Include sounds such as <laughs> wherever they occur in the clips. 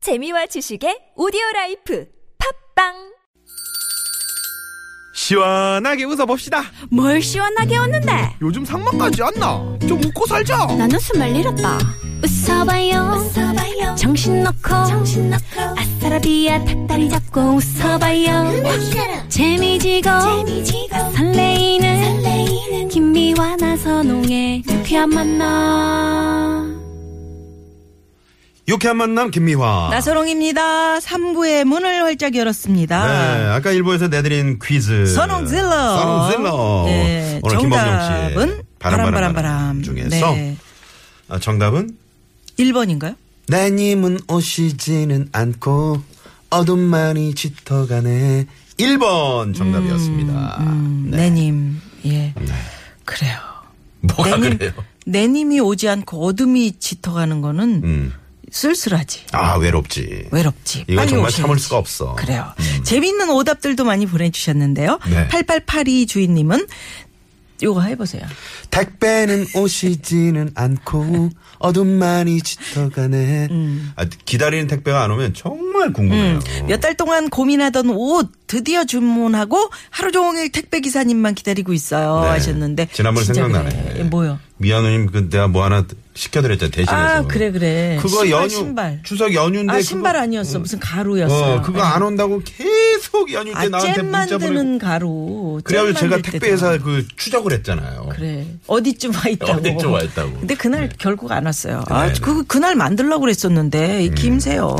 재미와 지식의 오디오 라이프 팝빵 시원하게 웃어봅시다. 뭘 시원하게 웃는데 요즘 상만까지 안 나. 좀 웃고 살자. 난 웃음을 잃었다 웃어봐요, 웃어봐요. 정신 놓고 아싸라비아 닭다리 잡고 웃어봐요 재미지고, 설레이는, 김미와 나선홍의 유쾌한 만남 유쾌한 만남 김미화. 나서롱입니다. 3부의 문을 활짝 네, 열었습니다. 아까 일부에서 내드린 퀴즈. 선홍질러. 선홍질러. 네, 오늘 김범용 정답은 씨의 바람, 바람, 바람, 바람. 중에서 네. 아, 정답은 1번인가요? 내님은 오시지는 않고 어둠만이 짙어가네. 1번 정답이었습니다. 네. 님 예. 그래요. 뭐가 내님, 네. 아, 그래요? 내님이 오지 않고 어둠이 짙어가는 거는 음. 쓸쓸하지. 아, 외롭지. 외롭지. 이건 빨리 정말 오셔야지. 참을 수가 없어. 음. 그래요. 재미있는 오답들도 많이 보내주셨는데요. 네. 8882 주인님은 요거 해보세요. 택배는 오시지는 <laughs> 않고 어둠만이 짙어가네. 음. 아, 기다리는 택배가 안 오면 정말 궁금해요. 몇 달 동안 고민하던 옷 드디어 주문하고 하루 종일 택배 기사님만 기다리고 있어요 네. 하셨는데 지난번 진짜 생각나네. 그래. 예, 뭐요? 미아누님 그 내가 뭐 하나 시켜드렸잖아 대신해서. 아 그래 그래. 그거 신발, 연휴 신발. 추석 연휴인데 아 신발 그거- 아니었어 무슨 가루였어요. 어 그거 안 온다고 계속 연휴 때 아, 나한테 잼 문자 보내고 만드는 가루. 잼 그래가지고 제가 만들 때 택배회사 들어가. 그 추적을 했잖아요. 그래 어디쯤 와 있다고. 어디쯤 와 있다고. 근데 그날 결국 안 왔어요. 네, 아, 네. 음. 그 그날 만들려고 그랬었는데 이 김새요.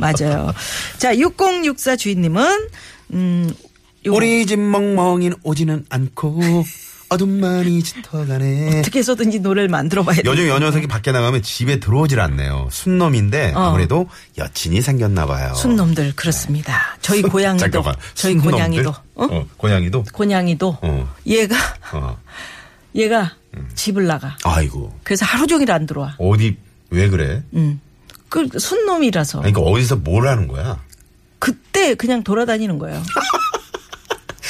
맞아요. 자 6064 주인님은 음 요거. 우리 집 멍멍이는 오지는 않고 어둠만이 짙어가네. 어떻게 해서든지 노래를 만들어 봐야 돼. 요즘 연녀석이 밖에 나가면 집에 들어오질 않네요. 순놈인데 어. 아무래도 여친이 생겼나 봐요. 순놈들 그렇습니다. 저희 고양이도 잠깐만. 저희 순놈들? 고양이도 어? 어, 고양이도. 고양이도 어. 얘가 어. 얘가 집을 나가. 아이고 그래서 하루 종일 안 들어와. 어디 왜 그래? 음. 그 순놈이라서 아니, 그러니까 어디서 뭘 하는 거야? 그때 그냥 돌아다니는 거예요.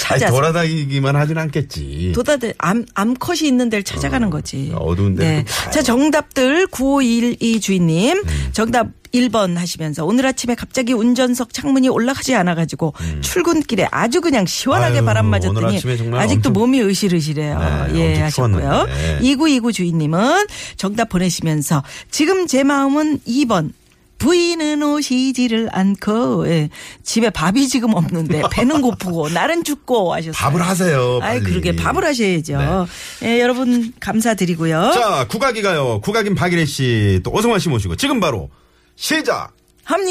아니, 찾아서 돌아다니기만 하진 않겠지. 도다들 암 암컷이 있는 데를 찾아가는 거지. 예. 네. 어두운 데를 또 봐요. 음. 자, 정답들 9512 주인님. 정답 1번 하시면서 오늘 아침에 갑자기 운전석 창문이 올라가지 않아 가지고 출근길에 아주 그냥 시원하게 음. 아유, 바람 오늘 맞았더니 아침에 정말 아직도 엄청- 몸이 으실으실해요. 네, 예, 엄청 하셨고요. 추웠는데. 네. 2929 주인님은 정답 보내시면서 지금 제 마음은 2번 부인은 오시지를 않고 예. 집에 밥이 지금 없는데 배는 고프고 날은 춥고 하셨어요. 밥을 하세요, 아이 빨리. 네. 그러게 밥을 어? 하셔야죠. 예, 여러분 감사드리고요. 자, 국악이가요. 국악인 박일혜 씨, 또 오성환 씨 모시고 지금 바로 합니다.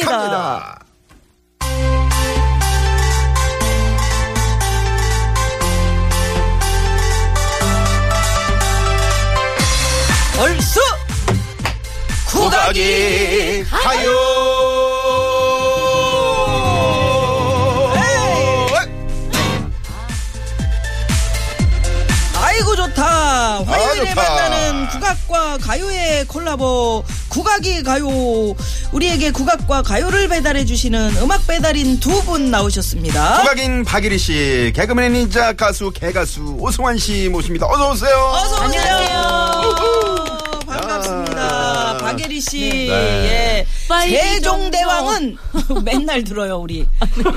시작합니다. 얼쑤 국악이 가요. 어? 아이고 좋다. 화요일에 아, 좋다. 만나는 국악과 가요의 콜라보 국악이 가요. 우리에게 국악과 가요를 배달해 주시는 음악 배달인 두 분 나오셨습니다. 국악인 박일희 씨, 개그맨 인자 가수 개가수 오승환 씨 모십니다. 어서 오세요. 어서 오세요. 반갑습니다. 야. 박예리 씨. 네. 예. 빨리 세종대왕은 맨날 들어요, 우리.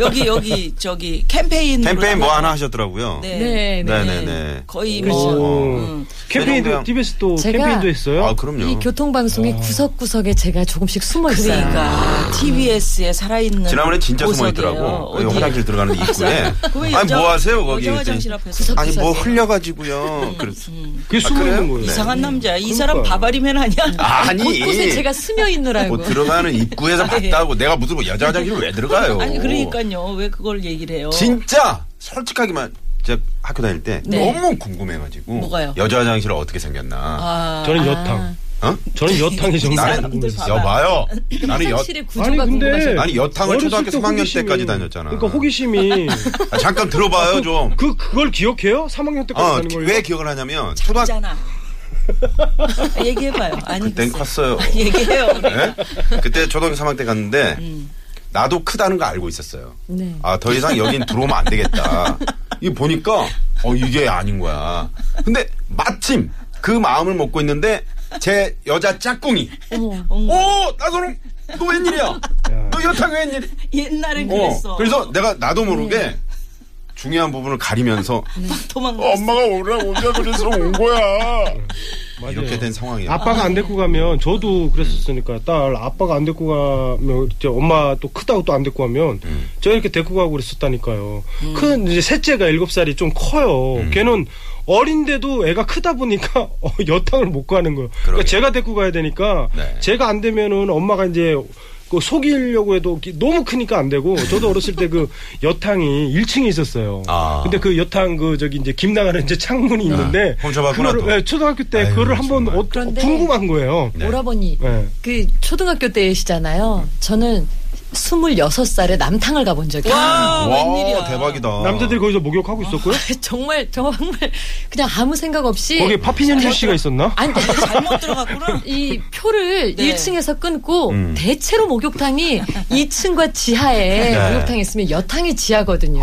여기, 여기, 저기, 캠페인. 캠페인 뭐 하나 하셨더라고요. 네. 네네네. 거의 그렇죠. 뭐. 어. 내동강. 캠페인도 TBS도 제가- 캠페인도 했어요. 아, 그럼요. 이 교통방송의 구석구석에 제가 조금씩 숨어 있어요 그러니까 TBS에 살아있는 지난번에 진짜 숨어 있더라고. 네. 보석이에요. 여기 어디? 화장실 들어가는 입구에. 그거 아니 여자- 뭐 하세요 거기? 여자 화장실 그랬더니 앞에서 음, 아니 뭐 구석에. 흘려가지고요. 그래. 그게 숨어 아, 그래요? 네. 있는 거예요. 이상한 남자. 이 사람 바바리맨 아니야? 아니. 그 곳곳에 제가 스며 있느라고 뭐 예. 들어가는 입구에서 봤다고 내가 무슨 뭐 여자 화장실을 왜 들어가요? <laughs> 네. 아니 그러니까요. 왜 그걸 얘기를 해요? 진짜 솔직하게만 제가 학교 다닐 때 네. 너무 궁금해가지고 뭐가요? 여자 화장실은 어떻게 생겼나? 아, 저는 여탕. 어? 저는 여탕이 나는 정말 사람들 <laughs> 궁금했어요. 여봐요. 나는 여 화장실의 구조가 궁금하셨어요 아니, 여탕을 어렸을 초등학교 때 3학년 호기심이- 때까지 다녔잖아. 그러니까 <laughs> 호기심이 아, 잠깐 들어봐요 좀. <laughs> 그 그걸 기억해요? 3학년 때까지 어, 다닌 걸. 왜 기억을 하냐면 초등학교 <laughs> 잖아 얘기해봐요. 아니 땐 글쎄. <laughs> 컸어요. 얘기해요. 예? 그때 초등학교 3학년 때 갔는데 나도 크다는 거 알고 있었어요. 네. 아 더 이상 여긴 들어오면 안 되겠다. 이 보니까 어 이게 아닌 거야. 근데 마침 그 마음을 먹고 있는데 제 여자 짝꿍이 어머. 오 나서롱 너 웬일이야? 그렇다고 웬일? 옛날엔 그랬어. 어. 그래서 내가 나도 모르게 네. 중요한 부분을 가리면서 음. 도망. 어, 엄마가 오라 오자 그래서 온 거야. 음. 맞아요. 이렇게 된 상황이야. 아빠가 안 데리고 가면 저도 음. 그랬었으니까 딸 아빠가 안 데리고 가면 이제 엄마 또 크다고 또 안 데리고 가면 음. 저 이렇게 데리고 가고 그랬었다니까요. 큰 이제 셋째가 일곱 살이 좀 커요. 음. 걔는 어린데도 애가 크다 보니까 <laughs> 어, 여탕을 못 가는 거예요. 그러니까 그러게요. 제가 데리고 가야 되니까 네. 제가 안 되면은 엄마가 이제 그 속이려고 해도 기- 너무 크니까 안 되고 저도 어렸을 때 <laughs> 그 여탕이 1층에 있었어요. 아. 근데 그 여탕 그 저기 이제 김 나가는 이제 창문이 있는데 훔쳐봤구나, 그거를- 또. 예, 초등학교 때 아유, 그거를 한번 정말. 어, 또 그런데- 궁금한 거예요. 네. 오라버니 예. 그 초등학교 때시잖아요. 저는 26살에 남탕을 가본 적이 있어요. 아, 와, 웬일이야. 대박이다. 아, 남자들이 거기서 목욕하고 있었고요. 정말 정말 그냥 아무 생각 예. 없이 거기에 파피년주 씨가 있었나? 아니 잘못 들어갔구나. 이 표를 네. 1층에서 끊고 음. 대체로 <laughs> 목욕탕이 2층과 지하에 네. 목욕탕이 있으면 여탕이 지하거든요.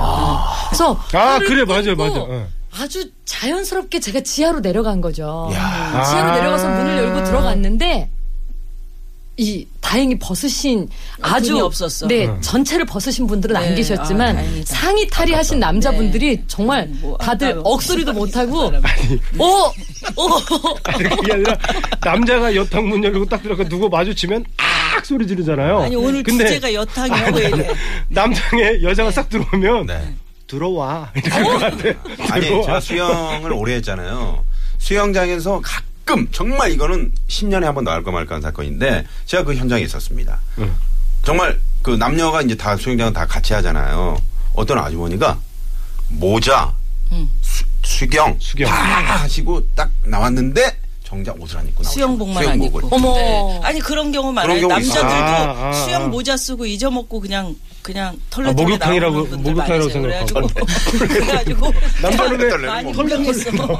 그래서 아, 그래, 표를 맞아요, 끊고 맞아요. 예. 아주 자연스럽게 제가 지하로 내려간 거죠. 음, 야. 지하로 아. 내려가서 문을 열고 들어갔는데 이 다행히 벗으신 아주 분이 없었어. 네 음. 전체를 벗으신 분들은 안 네, 계셨지만 아, 다행이다. 상의 탈의하신 남자분들이 정말 뭐, 다들 아까워. 뭐 억소리도 못하고 어, 오 오. 아니, 그게 아니라 남자가 여탕 문 열고 딱 들어가 누구 마주치면 악 소리 지르잖아요. 아니 오늘 근데 주제가 뭐 여탕이라고 해. <laughs> 남탕에 여자가 싹 들어오면 네. 들어와 이렇게 한테 아니, 들어와. 제가 수영을 오래 했잖아요. 수영장에서 가끔 정말 이거는 10년에 한 번 나올까 말까 하는 사건인데 제가 그 현장에 있었습니다. 응. 정말 그 남녀가 이제 다 수영장은 다 같이 하잖아요. 어떤 아주머니가 모자, 음. 수, 수경, 수경. 다 하시고 딱 나왔는데 정작 옷을 안 입고 나오죠. 수영복만 안 수영복을. 입고. 어머. 네. 아니 그런 경우 많아요. 경우 있어요. 남자들도 아, 아, 아. 수영 모자 쓰고 잊어먹고 그냥 그냥 털레털레 아, 목욕탕이라고- 나오는 분들 목욕탕이라고 많으세요. 생각하고. 그래가지고 <laughs> 남자는 왜 그래가지고 많이 털레 놀랐어.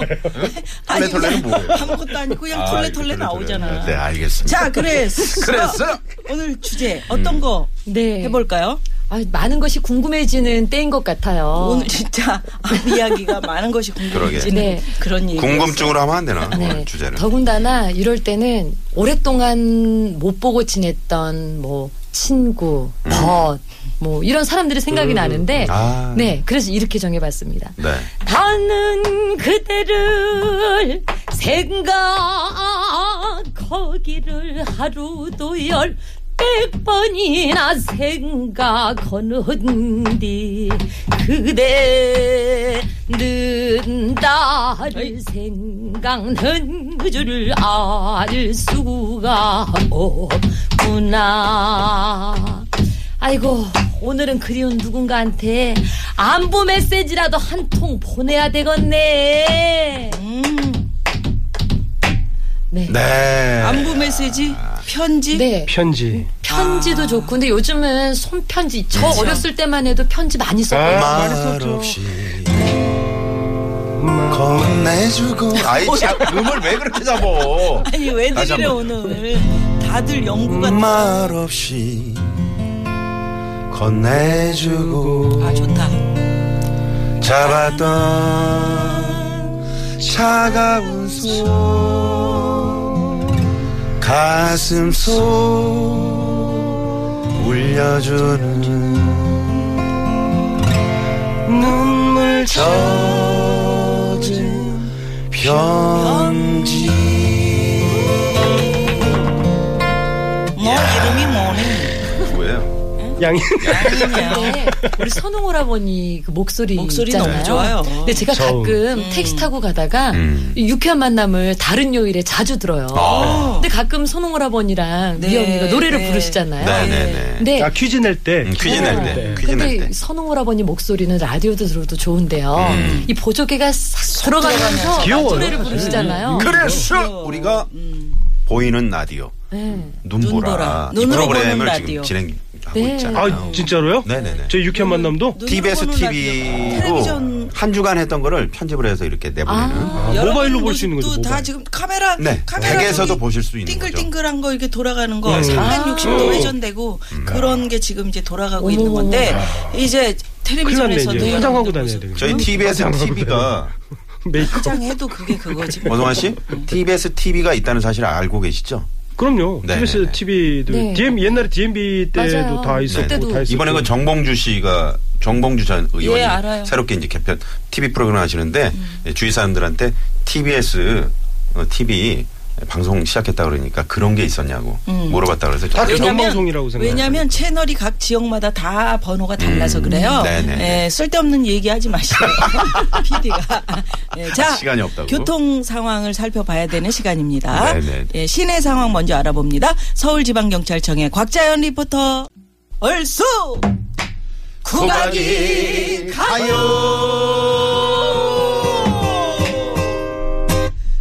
<laughs> 아니 털레는 그냥 뭐예요? 아무것도 아니고 그냥 아, 털레털레 털레, 털레. 나오잖아. 네, 알겠습니다. 자 그래 수- 그래서 오늘 주제 어떤 거 <laughs> 네. 해볼까요? 아, 많은 것이 궁금해지는 때인 것 같아요. 오늘 진짜 <laughs> 앞 이야기가 많은 것이 궁금해지는 그러게. 네. 그런 얘기. 궁금증으로 하면 안 되나? 네. 오늘 주제를. 더군다나 이럴 때는 오랫동안 못 보고 지냈던 뭐 친구, 벗, 뭐 이런 사람들이 생각이 나는데, 음. 아. 네, 그래서 이렇게 정해봤습니다. 네. 나는 그대를 생각하기를 하루도 열 백번이나 생각하는디 그대는 나를 생각하는 줄을 알 수가 없구나 아이고 오늘은 그리운 누군가한테 안부 메시지라도 한 통 보내야 되겠네. 음, 네. 네. 안부 메시지, 편지. 네, 편지. 편지도 좋고 근데 요즘은 손편지 저 어렸을 때만 해도 편지 많이 썼고 요 말 없이 건네주고 아이 참 음을 왜 그렇게 잡어 아니 왜 다시 들이래 한 번. 오늘 다들 연구가 말 없이 건네주고 아 좋다. 잡았던 차가운 손 가슴 속 울려주는 눈물 젖은 편지 뭐 이름이 뭐니? 뭐예요? 양이 <laughs> 아니냐. 네, 우리 선웅 오라버니 그 목소리 목소리 있잖아요. 너무 좋아요. 근데 제가 저음. 가끔 택시 타고 가다가 음. 이 유쾌한 만남을 다른 요일에 자주 들어요. 아. 근데 가끔 선웅 오라버니랑 네, 미언니가 노래를 네. 부르시잖아요. 네네네 근데 아, 퀴즈 낼 때. 음, 퀴즈 낼 때, 퀴즈 낼 네. 근데 때. 선홍 오라버니 목소리는 라디오도 들어도 좋은데요. 음. 이 보조개가 싹 들어가면서 귀여워요. 음. 노래를 부르시잖아요. 네. 그래서 우리가 보이는 라디오 네. 눈보라, 음. 눈보라. 이 눈으로 프로그램을 보는 지금 라디오. 진행하고 네. 있잖아요. 아, 진짜로요? 네네네. 저 유쾌한 만남도 눈으로 TBS 보는 라디오. TV로 텔레비전 한 주간 했던 거를 편집을 해서 이렇게 내보내는. 아, 여러분 모바일로 볼 수 있는 거죠. 모습도 다 모바일. 지금 카메라 네, 카메라 댁에서도 저기 보실 수 있는 거죠. 띵글띵글한 거 이렇게 돌아가는 거 음. 360도 회전되고 그런 게 지금 이제 돌아가고 있는 건데 이제 큰일 났네, 텔레비전에서도 이제. 화장하고 다녀야 돼. 되겠네. 저희 아, TBS TV가 메이크업. 화장해도 그게 그거지. 뭐. <laughs> 어동환 씨, TBS TV가 있다는 사실을 알고 계시죠? 그럼요. 네, TBS 네, 네. TV도 네. DM 옛날 DMB 때도 맞아요. 다 있었고 그때도. 다 있었고. 이번에는 정봉주 씨가 정봉주 전 의원이 예, 알아요. 새롭게 이제 개편 TV 프로그램 하시는데 예, 주위 사람들한테 TBS 어, TV 방송 시작했다 그러니까 그런 게 있었냐고 물어봤다 그래서 다 저도- 그냥- 전방송이라고 생각해요. 왜냐면 채널이 각 지역마다 다 번호가 달라서 음. 그래요. 네네네. 예, 쓸데없는 얘기하지 마시고 <laughs> PD가 예, 자 아, 시간이 없다고. 교통 상황을 살펴봐야 되는 시간입니다. 네네. 예, 시내 상황 먼저 알아봅니다. 서울지방경찰청의 곽자연 리포터 얼쑤 구박이 가요.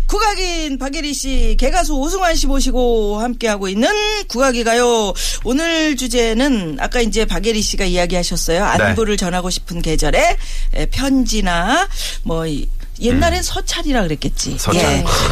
국악인 박예리 씨, 개가수 오승환 씨 모시고 함께하고 있는 국악이 가요. 오늘 주제는 아까 이제 박예리 씨가 네. 이야기하셨어요. 안부를 전하고 싶은 계절에 에, 편지나 뭐 이- 옛날엔 서찰이라 그랬겠지. 음. 서찰.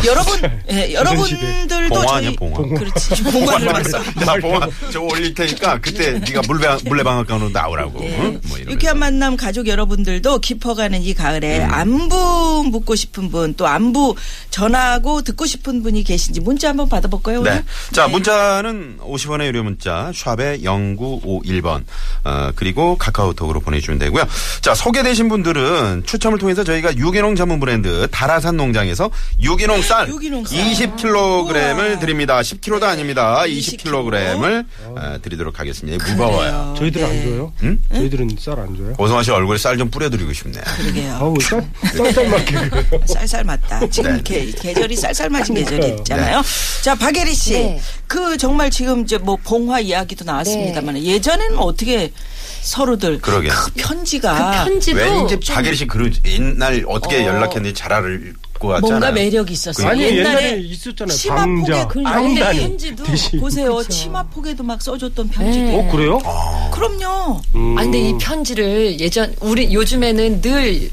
예. 여러분, <laughs> 예, 여러분들도 봉화 저희 아니야, 봉화. 그렇지. 봉화를 봤어. 나 봉화 저 올릴 테니까 그때 네가 물레 물레방앗간으로 네. 나오라고. 응? 뭐 이러면서. 예. 유쾌한 만남 가족 여러분들도 깊어가는 이 가을에 음. 안부 묻고 싶은 분 또 안부 전하고 듣고 싶은 분이 계신지 문자 한번 받아볼까요? 오늘? 네. 자, 네. 문자는 50원의 유료 문자, 샵에 0951번, 어, 그리고 카카오톡으로 보내주시면 되고요. 자, 소개되신 분들은 추첨을 통해서 저희가 유기농 전문 브랜드 다라산 농장에서 유기농 쌀, 유기농 쌀. 20kg을 우와. 네. 드립니다. 10kg도 아닙니다. 20kg. 20kg을 어. 어, 드리도록 하겠습니다. 무거워요. 저희들은 안 줘요. 응? 저희들은 쌀 안 줘요. 오성아 씨 얼굴에 쌀 좀 뿌려드리고 싶네요. 그러게요. 아우 쌀 쌀쌀맞게 <laughs> 그래요. 쌀쌀 맞다. 지금 네. 게, 계절이 쌀쌀 맞은 계절이 그러니까요. 있잖아요. 자, 박예리 씨. 네. 그 정말 지금 이제 뭐 봉화 이야기도 나왔습니다만 네. 예전에는 어떻게 서로들 그러게. 그 편지가 편지도 아, 왠지 박예리 씨 그런 옛날 어떻게 어. 연락했는지 잘 알 것 같지 뭔가 않아요? 매력이 있었어요. 아니 옛날에, 옛날에 있었잖아요. 치마 방자, 폭에 그- 방단이. 편지도 대신. 보세요. 그쵸. 치마 폭에도 막 써줬던 편지도. 네. 어 그래요? 그럼요. 음. 아, 근데 이 편지를 예전 우리 요즘에는 늘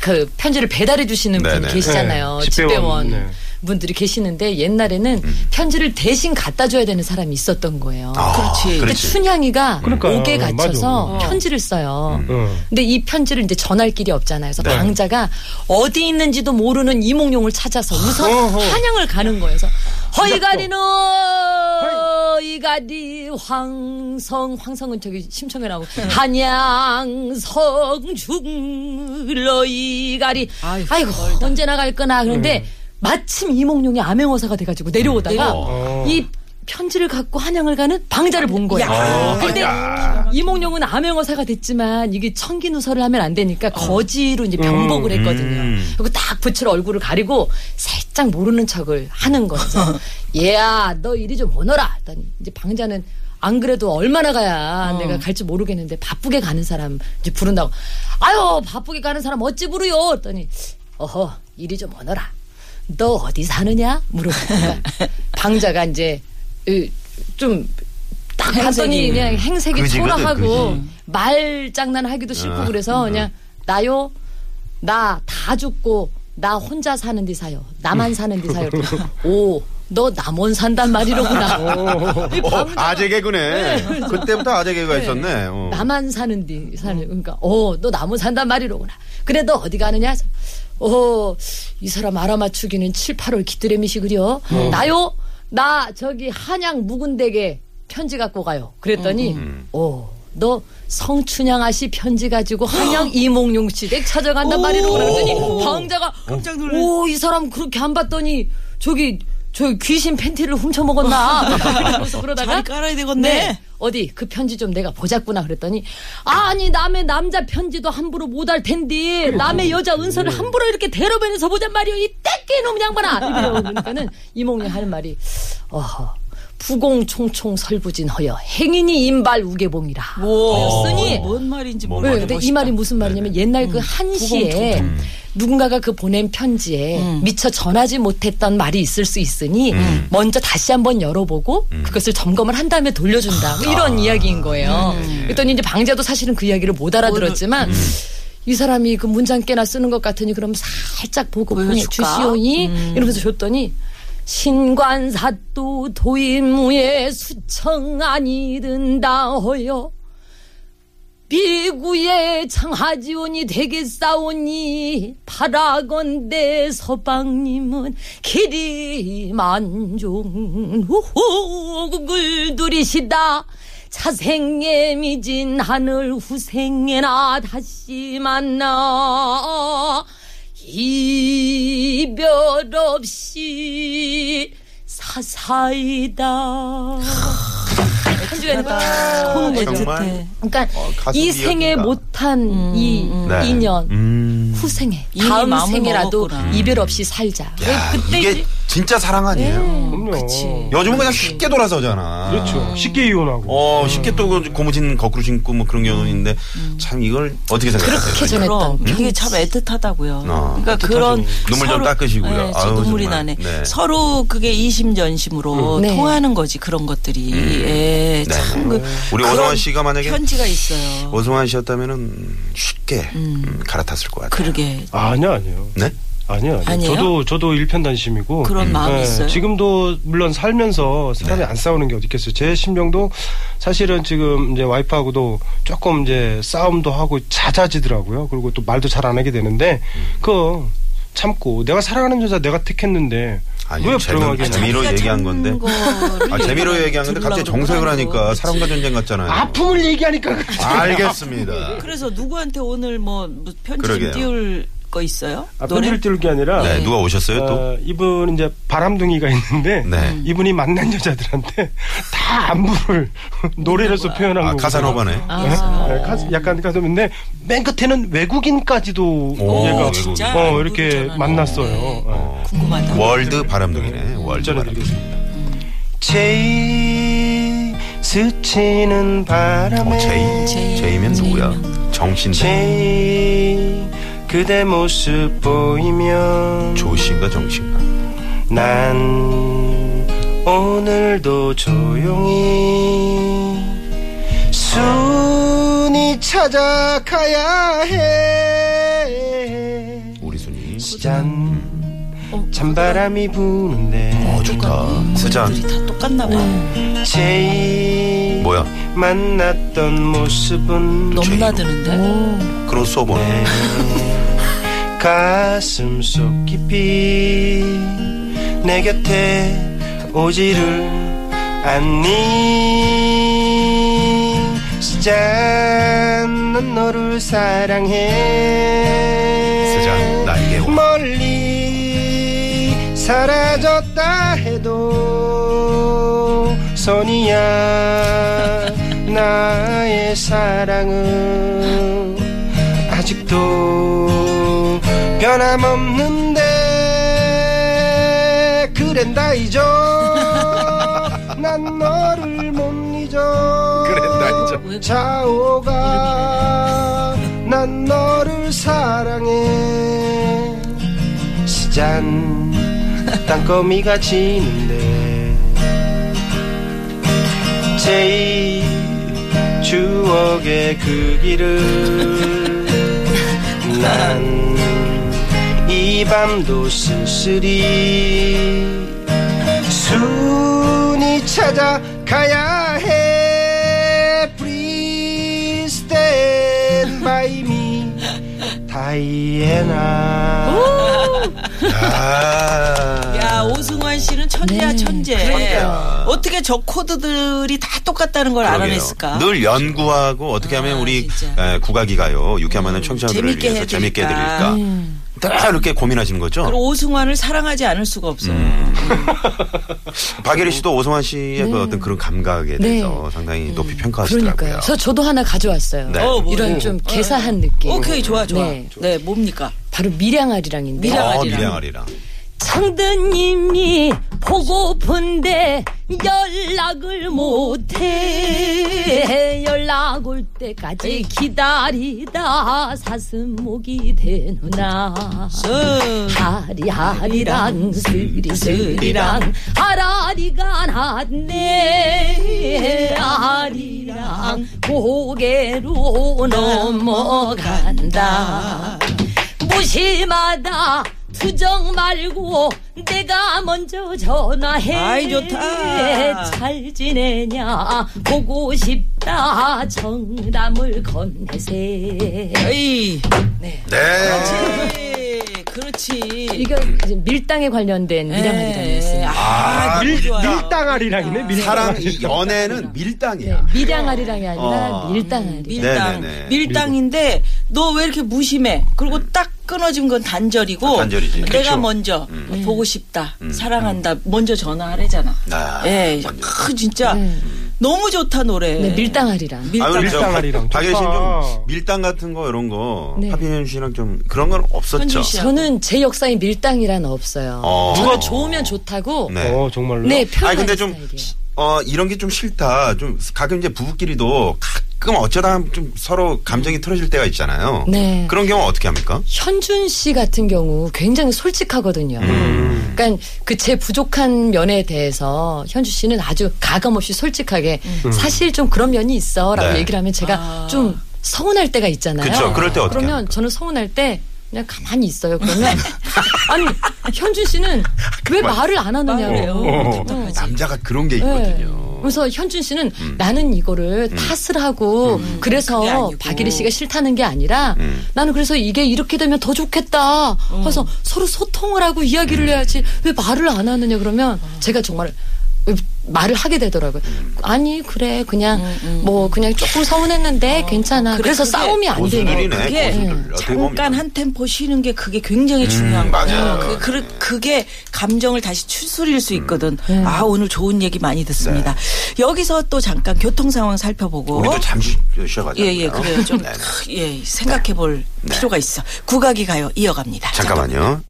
그 편지를 배달해 주시는 분 네네. 계시잖아요. 네, 집배원, 집배원 네. 분들이 계시는데 옛날에는 편지를 대신 갖다 줘야 되는 사람이 있었던 거예요. 음. 아, 그렇지. 근데 춘향이가 그러니까요. 옥에 맞아. 갇혀서 편지를 음. 써요. 어. 근데 이 편지를 이제 전할 길이 없잖아요. 그래서 방자가 어디 있는지도 모르는 이몽룡을 찾아서 우선 어허. 한양을 가는 거예요. 그래서 허이가리노 이가리 황성 황성은 저기 심청에 나오고 한양성 중러 이가리 아이고, 아이고 언제 나갈 거나 그런데 마침 이몽룡이 암행어사가 돼가지고 내려오다가 어. 이 편지를 갖고 한양을 가는 방자를 본 거예요. 야. 근데 야. 아. 이몽룡은 암행어사가 됐지만 이게 청기누설을 하면 안 되니까 어. 거지로 음, 이제 변복을 했거든요. 음. 그리고 딱 부채로 얼굴을 가리고 살짝 모르는 척을 <laughs> 하는 거죠. 얘야, 너 이리 좀 오너라. 했더니 이제 방자는 안 그래도 얼마나 가야 어. 내가 갈지 모르겠는데 바쁘게 가는 사람 이제 부른다고. 아유, 바쁘게 가는 사람 어찌 부르요? 했더니 어허, 이리 좀 오너라. 너 어디 사느냐? <laughs> 물어보니까 방자가 이제 좀딱 봤더니 행색이. 그냥 행색이 그지거든, 초라하고 그지. 말 장난하기도 싫고 아, 그래서 그냥 나요 나 다 죽고 나 혼자 사는 데 사요 나만 사는 <laughs> 데 사요 오너 남원 산단 말이로구나 이 어, 밤자가 아재 개그네. 그때부터 아재 개그가 있었네. 어. 나만 사는 데 사는 그러니까 어너 남원 산단 말이로구나 그래 너 어디 가느냐 어이 사람 알아맞추기는 7, 8월 기드레미시 그려 어. 나요 나 저기 한양 묵은댁에 편지 갖고 가요 그랬더니 음, 어너 성춘향아씨 편지 가지고 한양 이몽룡 시댁 찾아간단 말이로구나 그랬더니 방자가 깜짝 놀랐어. 오 이 사람 그렇게 안 봤더니 저기 저 귀신 팬티를 훔쳐 먹었나 <laughs> 그러면서 그러다가 다리 깔아야 되겠네. 어디 그 편지 좀 내가 보자꾸나 그랬더니 아니 남의 남자 편지도 함부로 못 할 텐데 남의 여자 은서를 함부로 이렇게 대로변에서 보잔 말이오 이 떼끼놈 양반아 이래요. 그러니까는 이몽룡 하는 말이 어허 부공총총 설부진 허여 행인이 임발 우계봉이라 오, 어. 쓰니 뭐 뭔 말인지 뭔 네, 모르겠네. 근데 이 말이 무슨 말이냐면 옛날 그 한시에 누군가가 그 보낸 편지에 음. 미처 전하지 못했던 말이 있을 수 있으니 먼저 다시 한번 열어보고 그것을 점검을 한 다음에 돌려준다 뭐 이런 이야기인 거예요. 음. 그랬더니 이제 방자도 사실은 그 이야기를 못 알아들었지만 이 사람이 그 문장 깨나 쓰는 것 같으니 그럼 살짝 보고 보여줄까? 음. 주시오니 이러면서 줬더니 신관사도 도인무에 수청 아니든다 허여 비구의 장하지온이 되겠사오니 바라건대 서방님은 길이 만종 호국을 누리시다 자생에 미진 하늘 후생에나 다시 만나 이별 없이 사사이다 한줄 되는 거야. 보는 거지. 정말. 뜻해. 그러니까 어, 가수 이 생에 미역이다. 못한 이 네. 인연 음. 후생에 이미 다음 음, 마음을 생에라도 먹었구나. 이별 없이 살자. 야, 그때 이게 이제 진짜 사랑 아니에요? 어, 그럼요. 그치. 요즘은 그냥 쉽게 돌아서잖아. 그렇죠. 쉽게 이혼하고. 어, 쉽게 또 그 고무신 거꾸로 신고 뭐 그런 경우는 있는데 참 이걸 어떻게 생각하세요? 그렇게 전에 아, 그렇죠. 그럼 했던 이게 참 애틋하다고요. 어, 그러니까 애틋하죠. 그런 눈물 좀 서로- 닦으시고요. 네, 저 아유, 눈물이 정말. 나네. 네. 서로 그게 이심전심으로 음. 네. 통하는 거지 그런 것들이. 예, 음. 네. 참 그, 우리 그런 오성환 씨가 만약에 편지가 있어요. 오성환 씨였다면은 쉽게 음, 갈아탔을 것 같아요. 그러게 아니요, 아니요. 네? 아니요, 아니요. 아니에요? 저도 저도 일편단심이고 그런 마음이 예, 있어요. 지금도 물론 살면서 네. 사람이 안 싸우는 게 어디 있겠어요. 제 심정도 사실은 지금 이제 와이프하고도 조금 이제 싸움도 하고 잦아지더라고요. 그리고 또 말도 잘 안 하게 되는데 음. 그 참고 내가 사랑하는 여자 내가 택했는데 아니, 왜 재미- 불행하게 아니, 재미로 자기가 얘기한 건데. 참는 거를 아, 재미로 얘기한 건데 갑자기 들으려고 정색을 그러는 거. 하니까 사랑과 전쟁 같잖아요. 아픔을 얘기하니까 그렇죠. 알겠습니다. <laughs> 그래서 누구한테 오늘 뭐, 뭐 편지 그러게요. 좀 띄울 거 있어요? 아, 노래? 편지를 띄울 게 아니라 네, 누가 오셨어요 또? 어, 이분 이제 바람둥이가 있는데 음. 네. 이분이 만난 여자들한테 <laughs> 다 안부를 <laughs> 노래로서 표현한 아, 거고 카사노바네. 약간 가사인데 맨 끝에는 외국인까지도 오, 얘가 진짜? 어 안부를 이렇게 전하는. 만났어요. 네. 어. 궁금하다. 월드 바람둥이네. 월드 바람둥이. 전해드리겠습니다. 제이 스치는 바람에 어, 제이? 제이. 제이면 누구야? 정신데. 제이 그대 모습 보이면 조신가 정신가. 난 오늘도 조용히 순이 찾아가야 해. 우리 순이. 짠 찬바람이 부는데 어 좋다. 그러니까 우리 스잔. 음. 다 똑같나 봐. 제일 뭐야? 만났던 모습은 넘나드는데. 크로스오버네. 내 <laughs> 가슴 속 깊이 내 곁에 오지를 않니 스잔 난 너를 사랑해 스잔, 나에게 와. 멀리 사라졌다 해도 선이야 나의 사랑은 아직도 변함없는데 <laughs> 그랜다 잊어 난 너를 못 잊어 그랜다 잊어. 자오가 난 너를 사랑해 시잔 땅거미가 지는데 제이 추억의 그 길을 난 이 밤도 쓸쓸히 순이 찾아가야 해 Please stand by me 다이애나 아. 야 오승환 씨는 천재야 네, 천재. 그러게요. 어떻게 저 코드들이 다 똑같다는 걸그 알아냈을까? 늘 연구하고 어떻게 하면 아, 우리 진짜. 에, 국악이 가요 유쾌한 만남 청취자들을 재밌게 위해서 재밌게 해드릴까 해드릴까. 음. 다 이렇게 고민하시는 거죠. 그리고 오승환을 사랑하지 않을 수가 없어. 음. 박예리 씨도 오성환 씨의 네. 그 어떤 그런 감각에 대해서 상당히 음. 높이 그러니까요. 평가하시더라고요. 저 저도 하나 가져왔어요. 네. 어, 뭐. 이런 좀 개사한 느낌. 어, 오케이 좋아 좋아. 네. 네, 뭡니까? 바로 밀양아리랑인데. 밀양- 어, 미량아리랑. 미량아리랑. 창드님이 보고픈데 연락을 못해 연락 올 때까지 기다리다 사슴 목이 되누나 어. 하리하리랑 스리스리랑 하라리가 났네 아리랑 고개로 넘어간다 무심하다 투정 말고 내가 먼저 전화해 아이, 좋다. 잘 지내냐 보고 싶다 따라 정담을 건네세. 에이. 아, 네. 에이, 그렇지. 이거 이제 밀당에 관련된 에이, 밀양아리랑이었습니다. 아, 밀- 너무 좋아요. 밀당아리랑이네 밀당. 사랑 이 네. 연애는 밀당이야. 네, 밀양아리랑이 아니라 어. 밀당아리. 밀당. 네네네. 음. 밀당인데 너 왜 이렇게 무심해? 그리고 딱 끊어진 건 단절이고 단절이지. 내가 그렇죠. 음. 먼저 보고 싶다. 사랑한다. 먼저 전화하래잖아. 아, 음. 예. 완전. 크, 진짜 너무 좋다 노래. 네, 밀당아리랑. 밀당. 아, 우리 저 밀당아리랑 박예신 좋다. 좀 밀당 같은 거 이런 거 네. 하빈현 씨랑 좀 그런 건 없었죠. 현준 씨하고. 저는 제 역사에 밀당이란 없어요. 어. 저는 좋으면 좋다고. 네, 네. 어 정말로. 편하게. 아니 근데 좀 어, 이런 게 좀 싫다. 좀 가끔 이제 부부끼리도 가끔 어쩌다 좀 서로 감정이 틀어질 때가 있잖아요. 네. 그런 경우 어떻게 합니까? 현준 씨 같은 경우 굉장히 솔직하거든요. 음. 그러니까 그 제 부족한 면에 대해서 현준 씨는 아주 가감 없이 솔직하게 사실 좀 그런 면이 있어라고 음. 네. 얘기를 하면 제가 좀 서운할 때가 있잖아요. 그쵸. 그럴 때 어떻게 그러면 합니까? 저는 서운할 때 그냥 가만히 있어요. <laughs> 그러면 아니 현준 씨는 왜 말을 안 아, 하느냐고요. 어. 남자가 그런 게 네. 있거든요. 네. 음. 그래서 현준 씨는 나는 이거를 탓을 하고 그게 그래서 아니고. 박일희 씨가 싫다는 게 아니라 음. 나는 그래서 이게 이렇게 되면 더 좋겠다. 음. 그래서 서로 소통을 하고 이야기를 음. 해야지 왜 말을 안 하느냐 그러면 제가 정말 말을 하게 되더라고요. 음. 아니 그래 그냥 뭐 그냥 조금 서운했는데 괜찮아. 음, 그래, 그래, 서 그게 싸움이 안 되네. 고수들이네. 그게 고수들. 어떻게 보면. 잠깐 한 템포 쉬는 게 그게 굉장히 중요한 맞아요. 음. 거예요. 그, 그, 그게 감정을 다시 추스릴 수 있거든. 네. 아 오늘 좋은 얘기 많이 듣습니다. 여기서 또 잠깐 교통 상황 살펴보고 네. 우리도 잠시 쉬어가자. 뭐? 예예 그래요 좀 네네. 네. 크, 예, 생각해볼 필요가 있어. 국악이 가요 이어갑니다. 잠깐만요.